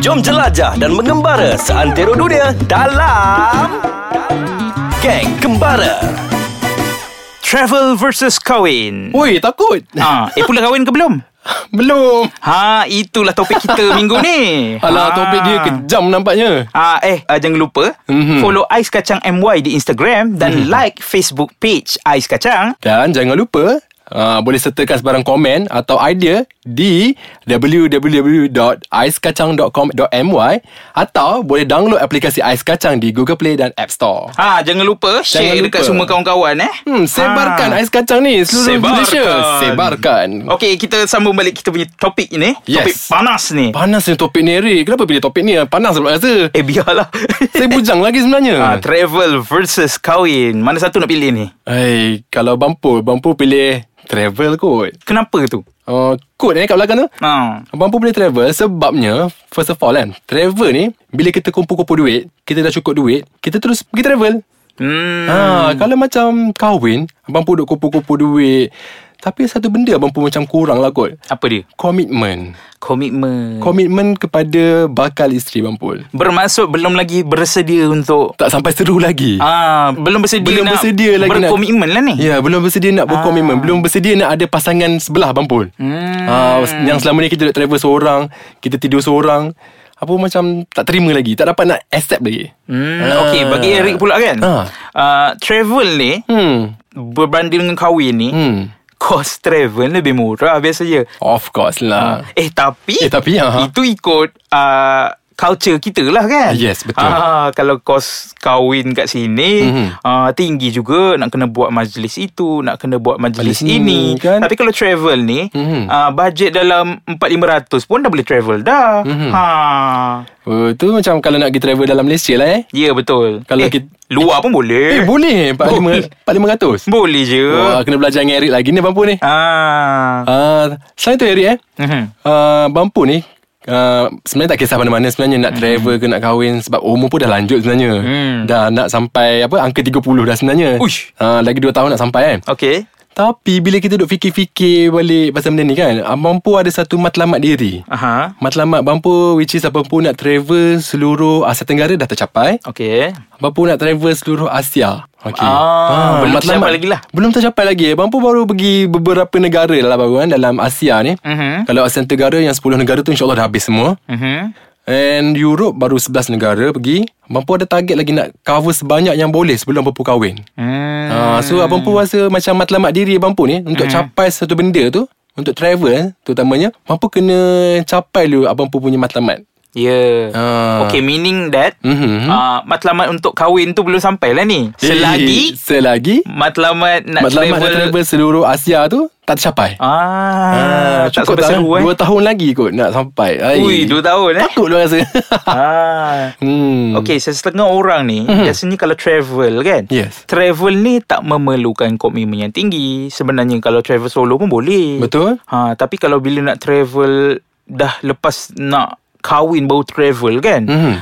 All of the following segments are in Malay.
Jom jelajah dan mengembara seantero dunia dalam Geng Kembara. Travel versus kahwin. Ui, takut. Ha, eh pula kahwin ke belum? Belum. Ha, itulah topik kita minggu ni. Alah, ha. topik dia kejam nampaknya. Ah eh uh, jangan lupa Mhm. mm-hmm. follow Ais Kacang MY di Instagram dan mm-hmm. like Facebook page Ais Kacang. Dan jangan lupa Uh, boleh sertakan sebarang komen atau idea di www.aiskacang.com.my atau boleh download aplikasi Ais Kacang di Google Play dan App Store. Ha jangan lupa share lupa. jangan dekat semua kawan-kawan eh. Hmm, sebarkan Ah. ais kacang ni seluruh Sebarkan. Oh. Malaysia. Sebarkan. Okey, kita sambung balik kita punya topik ini. Yes. Topik panas ni. Panas ni topik ni, Ray. Kenapa pilih topik ni? Panas sebab rasa. eh, biarlah. Saya bujang lagi ha, sebenarnya. travel versus kahwin. Mana satu nak pilih ni? Hai, kalau Bampur, Bampur pilih travel kot. Kenapa tu? Uh, kot eh kat belakang tu. Ha. Abang pun boleh travel sebabnya First of all kan Travel ni Bila kita kumpul-kumpul duit Kita dah cukup duit Kita terus pergi travel Hmm. ha, Kalau macam kahwin Abang pun duk kumpul-kumpul duit Tapi satu benda Abang pun macam kurang lah kot Apa dia? Komitmen Hmm. Komitmen. Komitmen kepada bakal isteri Abang Pul Bermaksud belum lagi bersedia untuk Tak sampai seru lagi Ah, belum bersedia Belum nak bersedia lagi nak- berkomitmen lah ni. Ah. Ya, belum bersedia nak berkomitmen. Belum bersedia nak ada pasangan sebelah Bampul. Hmm. Ha, yang selama ni kita duduk travel seorang, kita tidur seorang. Apa macam tak terima lagi. Tak dapat nak accept lagi. Ah. Hmm, okay, bagi Eric pula kan. Ha. Uh, travel ni Hmm. berbanding dengan kahwin ni, hmm. Hmm. kos travel lebih murah biasanya. Of course lah. Eh tapi Eh, tapi, ha. itu ikut uh, culture kita lah kan. Ah, yes, betul. Ah, kalau kos kahwin kat sini Mhm. mm-hmm. ah, tinggi juga nak kena buat majlis itu, nak kena buat majlis Majlis ini. ni, kan? Tapi kalau travel ni, Mhm. mm-hmm. ah, bajet dalam 4-500 pun dah boleh travel dah. Mhm. Mm-hmm. Ha. Hmm. Oh, tu macam kalau nak pergi travel dalam Malaysia lah eh. Ya yeah, betul. Kalau eh, kita- luar pun boleh. Eh, boleh. Boleh. 45 4500. Boleh je. Wah, kena belajar dengan Eric lagi ni Bampul ni. Ah. Ah, selain tu Eric eh. Mhm. Uh, Bampu ni Uh, sebenarnya tak kisah mana-mana sebenarnya nak travel ke nak kahwin sebab umur pun dah lanjut sebenarnya. Hmm. Dah nak sampai apa angka 30 dah sebenarnya. Uish. Ah. Uh, lagi 2 tahun nak sampai kan. Okey. Tapi bila kita duk fikir-fikir balik pasal benda ni kan, abang pun ada satu matlamat diri. Aha. Matlamat abang pun which is abang pun nak travel seluruh Asia Tenggara dah tercapai. Okey. Abang pun nak travel seluruh Asia. Okay. Ah, belum tercapai lagi lah. Belum tercapai lagi. Abang pun baru pergi beberapa negara lah baru kan dalam Asia ni. Mhm. Kalau Asia Tenggara yang 10 negara tu insyaAllah dah habis semua. Mhm. And Europe baru 11 negara pergi. Abang pun ada target lagi nak cover sebanyak yang boleh sebelum abang pun kahwin. Hmm. Ah, so abang pun rasa macam matlamat diri abang pun ni untuk capai satu benda tu. Untuk travel eh, terutamanya. Abang pun kena capai dulu abang pun punya matlamat. Yeah. Ah. Ya. Okay, meaning that Mhm. uh, matlamat untuk kahwin tu belum sampai lah ni. Selagi Eh, Selagi. matlamat nak matlamat travel, nak travel seluruh Asia tu tak tercapai. Ah, tak cukup sampai seru eh? eh. Dua tahun lagi kot nak sampai. Hai. Ui, dua tahun eh. Takut lu rasa. Ah. hmm. Mhm. Okay, setengah orang ni mm-hmm. biasanya kalau travel kan. Yes. Travel ni tak memerlukan komitmen yang tinggi. Sebenarnya kalau travel solo pun boleh. Betul? Ha, tapi kalau bila nak travel dah lepas nak kahwin baru travel kan. Hmm.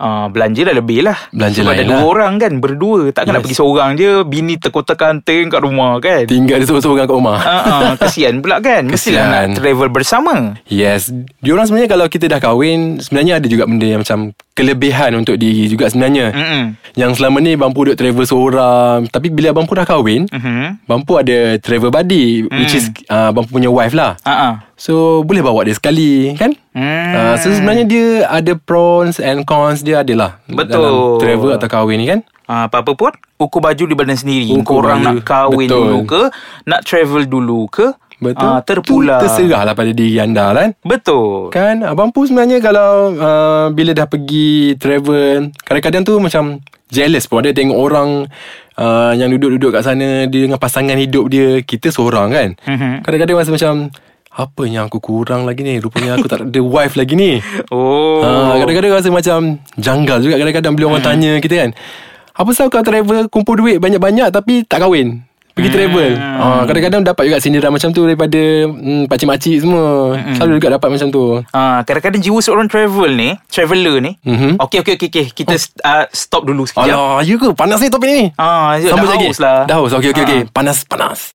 Uh, belanja dah lebih lah Belanja Sebab ada lain dua lah. orang kan Berdua Takkan yes. nak Yes. pergi seorang je Bini terkotak-kanting kat rumah kan Tinggal dia seorang-seorang kat rumah. uh, uh, Kesian pula kan Mestilah Kesian. nak travel bersama Yes. Diorang sebenarnya kalau kita dah kahwin, sebenarnya ada juga benda yang macam kelebihan untuk diri juga sebenarnya. Mm-mm. Yang selama ni Bampu duduk travel seorang. Tapi bila Bampu dah kahwin, Mhm. Bampu ada travel buddy, which is Mm. uh, Bampu punya wife lah. Uh-uh. So boleh bawa dia sekali kan Hmm. uh, So sebenarnya dia ada pros and cons dia adalah Betul. Dalam travel atau kahwin ni kan Uh, apa-apa pun Ukur baju di badan sendiri Ukur Korang baju. nak kahwin Betul. dulu ke Nak travel dulu ke Betul Ah, Terpulang tu Terserah lah pada diri anda kan Betul Kan Abang pun sebenarnya kalau uh, Bila dah pergi travel Kadang-kadang tu macam Jealous pun ada tengok orang uh, Yang duduk-duduk kat sana Dia dengan pasangan hidup dia Kita seorang kan Mhm. Kadang-kadang rasa macam Apa yang aku kurang lagi ni Rupanya aku tak ada wife lagi ni Oh Ah, kadang-kadang rasa macam janggal juga kadang-kadang bila Mhm. orang tanya kita kan. Apa sebab kau travel kumpul duit banyak-banyak tapi tak kahwin? Hmm. Pergi travel. Ah, kadang-kadang dapat juga sindiran macam tu daripada hmm, pakcik-makcik semua. Hmm. Selalu juga dapat macam tu. Ah, kadang-kadang jiwa seorang travel ni, traveler ni. Mhm. Okey okey okey okey, kita uh, stop dulu sekejap. Alah, ya ke? Panas ni topik ni. Ah, ya, Sambung dah lagi. haus lah. Dah haus. Okey okey okey. Panas panas.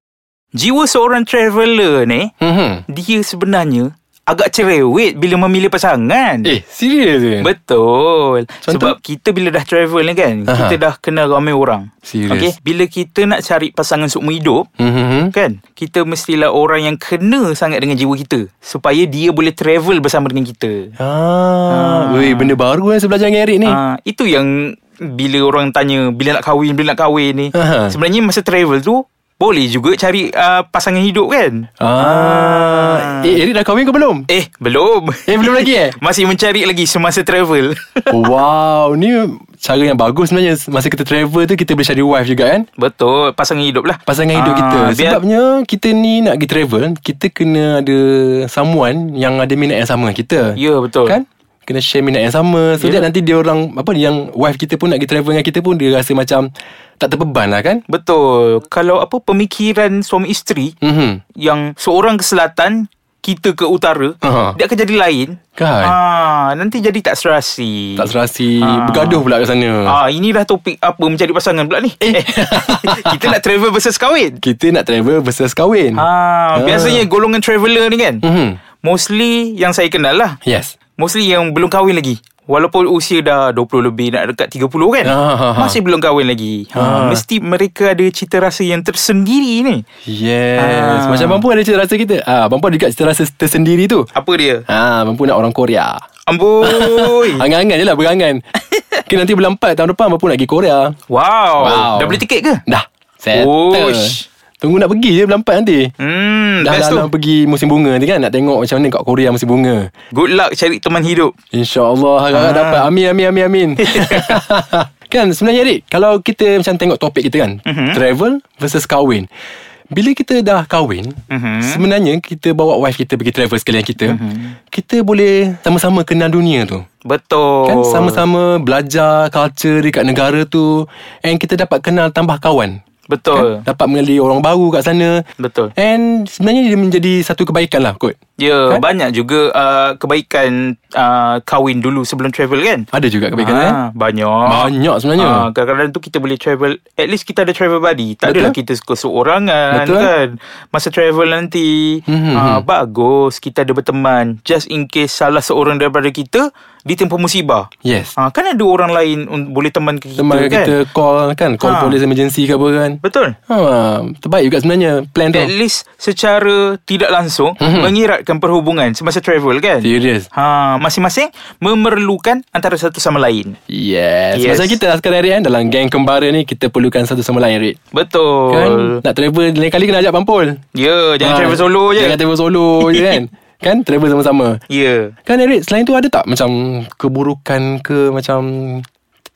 Jiwa seorang traveler ni, Mhm. dia sebenarnya agak cerewet bila memilih pasangan. Eh serius ke Betul Contoh? Sebab kita bila dah travel ni kan Aha. Aha. Kita dah kenal ramai orang Serius. Bila kita nak cari pasangan seumur hidup Mhm. Kan Kita mestilah orang yang kena sangat dengan jiwa kita Supaya dia boleh travel bersama dengan kita Ah, Weh benda baru yang saya belajar dengan Eric ni ha, Itu yang Bila orang tanya Bila nak kahwin Bila nak kahwin ni Aha. Sebenarnya masa travel tu Boleh juga cari uh, pasangan hidup kan Ah, Eh Eric dah kahwin ke belum? Eh belum Eh belum lagi eh Masih mencari lagi semasa travel Oh, Wow Ni cara yang bagus sebenarnya Masa kita travel tu Kita boleh cari wife juga kan Betul Pasangan hidup lah Pasangan hidup Ah, kita biar- Sebabnya Kita ni nak pergi travel Kita kena ada Someone Yang ada minat yang sama dengan kita Ya, betul. Kan Kena share minat yang sama So Ya. yeah. nanti dia orang Apa Yang wife kita pun Nak pergi travel dengan kita pun Dia rasa macam Tak terbeban lah kan Betul. Kalau apa pemikiran suami isteri Mhm. yang seorang ke selatan, kita ke utara, Aha. dia akan jadi lain. Kan. Ah, nanti jadi tak serasi. Tak serasi Ah. Bergaduh pula kat sana Ah, inilah topik apa mencari pasangan pula ni. Eh. kita nak travel versus kahwin. Kita nak travel Versus kahwin Ah, biasanya golongan traveller ni kan. Mhm. Mostly yang saya kenal lah. Yes Mostly yang belum kahwin lagi. Walaupun usia dah 20 lebih nak dekat 30 kan. Ah, ah, ah. Masih belum kahwin lagi. Ah. Ha, mesti mereka ada cita rasa yang tersendiri ni. Yes Ah. Macam Mampu ada cita rasa kita ah, Mampu ada juga cita rasa tersendiri tu Apa dia? Ah, Mampu nak orang Korea Amboi. Angan-angan je lah berangan Kita nanti bulan 4 tahun depan Mampu nak pergi Korea wow. wow. Dah beli tiket ke? Dah Settle Oish. Tunggu nak pergi je bulan 4 nanti Hmm, Dah best dah tu. nak pergi musim bunga nanti kan Nak tengok macam mana kat Korea musim bunga Good luck cari teman hidup. InsyaAllah harap-harap Ah. dapat Amin amin amin amin Kan sebenarnya Rik Kalau kita macam tengok topik kita kan Mhm. Travel versus kahwin bila kita dah kahwin Mhm. Sebenarnya kita bawa wife kita Pergi travel sekalian kita Mhm. Kita boleh sama-sama kenal dunia tu Betul. Kan sama-sama belajar culture dekat negara tu And kita dapat kenal tambah kawan Betul. kan? Dapat mengenali orang baru kat sana Betul. And sebenarnya dia menjadi satu kebaikan lah kot Ya, Kan? banyak juga uh, kebaikan uh, kahwin dulu sebelum travel kan? Ada juga kebaikan Ah, kan Banyak Banyak sebenarnya. Ah, Kadang-kadang tu kita boleh travel At least kita ada travel buddy Tak Betul. adalah kita suka seorangan Betul. kan Masa travel nanti Mhm. ah, Bagus kita ada berteman Just in case salah seorang daripada kita Ditempa musibah Yes Ah, Kan ada orang lain un- boleh teman ke kita Teman kan kita call kan Ha. Call polis emergency ke apa kan Betul ha, Terbaik juga sebenarnya Plan tu At least secara tidak langsung Mhm. Mengiratkan perhubungan semasa travel kan Serius Ha, masing-masing memerlukan antara satu sama lain. Yes, yes. Yes. Macam kita lah sekarang Rik kan Dalam geng kembara ni Kita perlukan satu sama lain Rik Betul. Kan Nak travel lain kali kena ajak Pampul Ya, jangan Ha, travel solo je. Jangan travel solo je kan Kan travel sama-sama Ya. Kan Eric Selain tu ada tak Macam keburukan ke Macam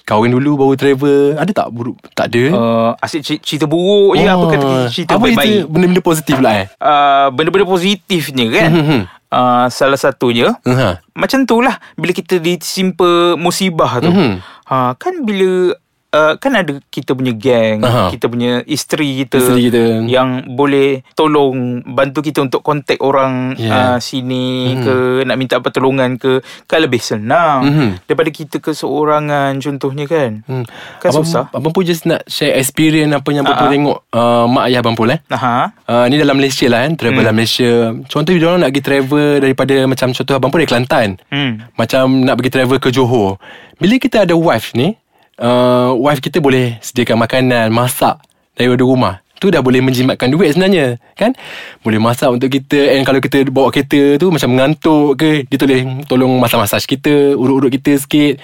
Kahwin dulu baru travel Ada tak buruk Tak ada Ah. Uh, asyik cer- cerita buruk je lah, apa kata kita cerita Hmm? Oh. apa baik-baik. cerita Benda-benda positif lah eh Uh, benda-benda positifnya kan. Hmm, hmm. uh, salah satunya uh-huh. macam tu lah bila kita ditimpa musibah tu. Mhm. Ha, kan bila uh, kan ada kita punya geng, Aha. kita punya isteri kita, Isteri kita. yang boleh tolong bantu kita untuk kontak orang Yeah. yeah. uh, sini Hmm, ke nak minta pertolongan ke kan lebih senang Mhm. daripada kita keseorangan contohnya kan. hmm. Kan susah. Abang Pul just nak share experience Apa yang Abang Pul Ah, ah. tengok uh, Mak ayah Abang Pul eh Aha. Uh, ni dalam Malaysia lah kan Hmm. Travel dalam Malaysia Contoh dia orang nak pergi travel Daripada macam Contoh abang pun dari Kelantan Hmm. Macam nak pergi travel ke Johor Bila kita ada wife ni uh, Wife kita boleh sediakan makanan Masak daripada rumah Tu dah boleh menjimatkan duit sebenarnya Kan Boleh masak untuk kita And kalau kita bawa kereta tu Macam mengantuk ke Dia boleh tolong masak-masak kita Urut-urut kita sikit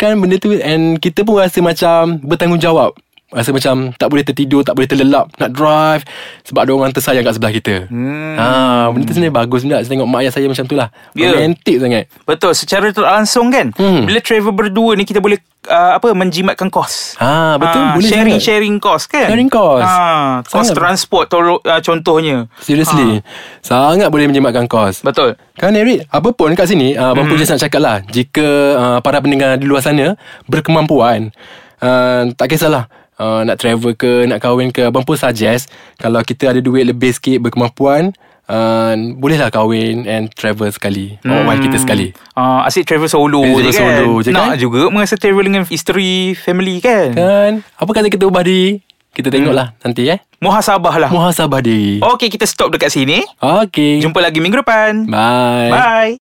Kan benda tu And kita pun rasa macam Bertanggungjawab Rasa macam tak boleh tertidur Tak boleh terlelap Nak drive Sebab ada orang tersayang kat sebelah kita hmm. ha, Benda tu sebenarnya bagus juga Saya tengok mak ayah saya macam tu lah Ya. Romantik sangat Betul secara tak langsung kan Hmm. hmm. Bila travel berdua ni Kita boleh uh, apa Menjimatkan kos Ah, betul, Ah, boleh Sharing sangat. sharing kos kan Sharing kos. ah, Kos Sangat. transport tolo, uh, Contohnya Ah. Seriously Sangat boleh menjimatkan kos Betul Kan Eric Apa pun kat sini Hmm. uh, Abang Pul just nak cakap lah Jika uh, para pendengar di luar sana Berkemampuan uh, Tak kisahlah uh, Nak travel ke Nak kahwin ke Abang Pul suggest Kalau kita ada duit lebih sikit Berkemampuan uh, Bolehlah kahwin And travel sekali Hmm. Bawa wife kita sekali Ah, asyik travel solo Travel je kan solo je, Nak kan? juga mengasa travel dengan isteri Family kan, Kan Apa kata kita ubah diri Kita tengok lah Hmm. nanti eh Muhasabah lah Muhasabah diri Okey kita stop dekat sini Okay Jumpa lagi minggu depan Bye Bye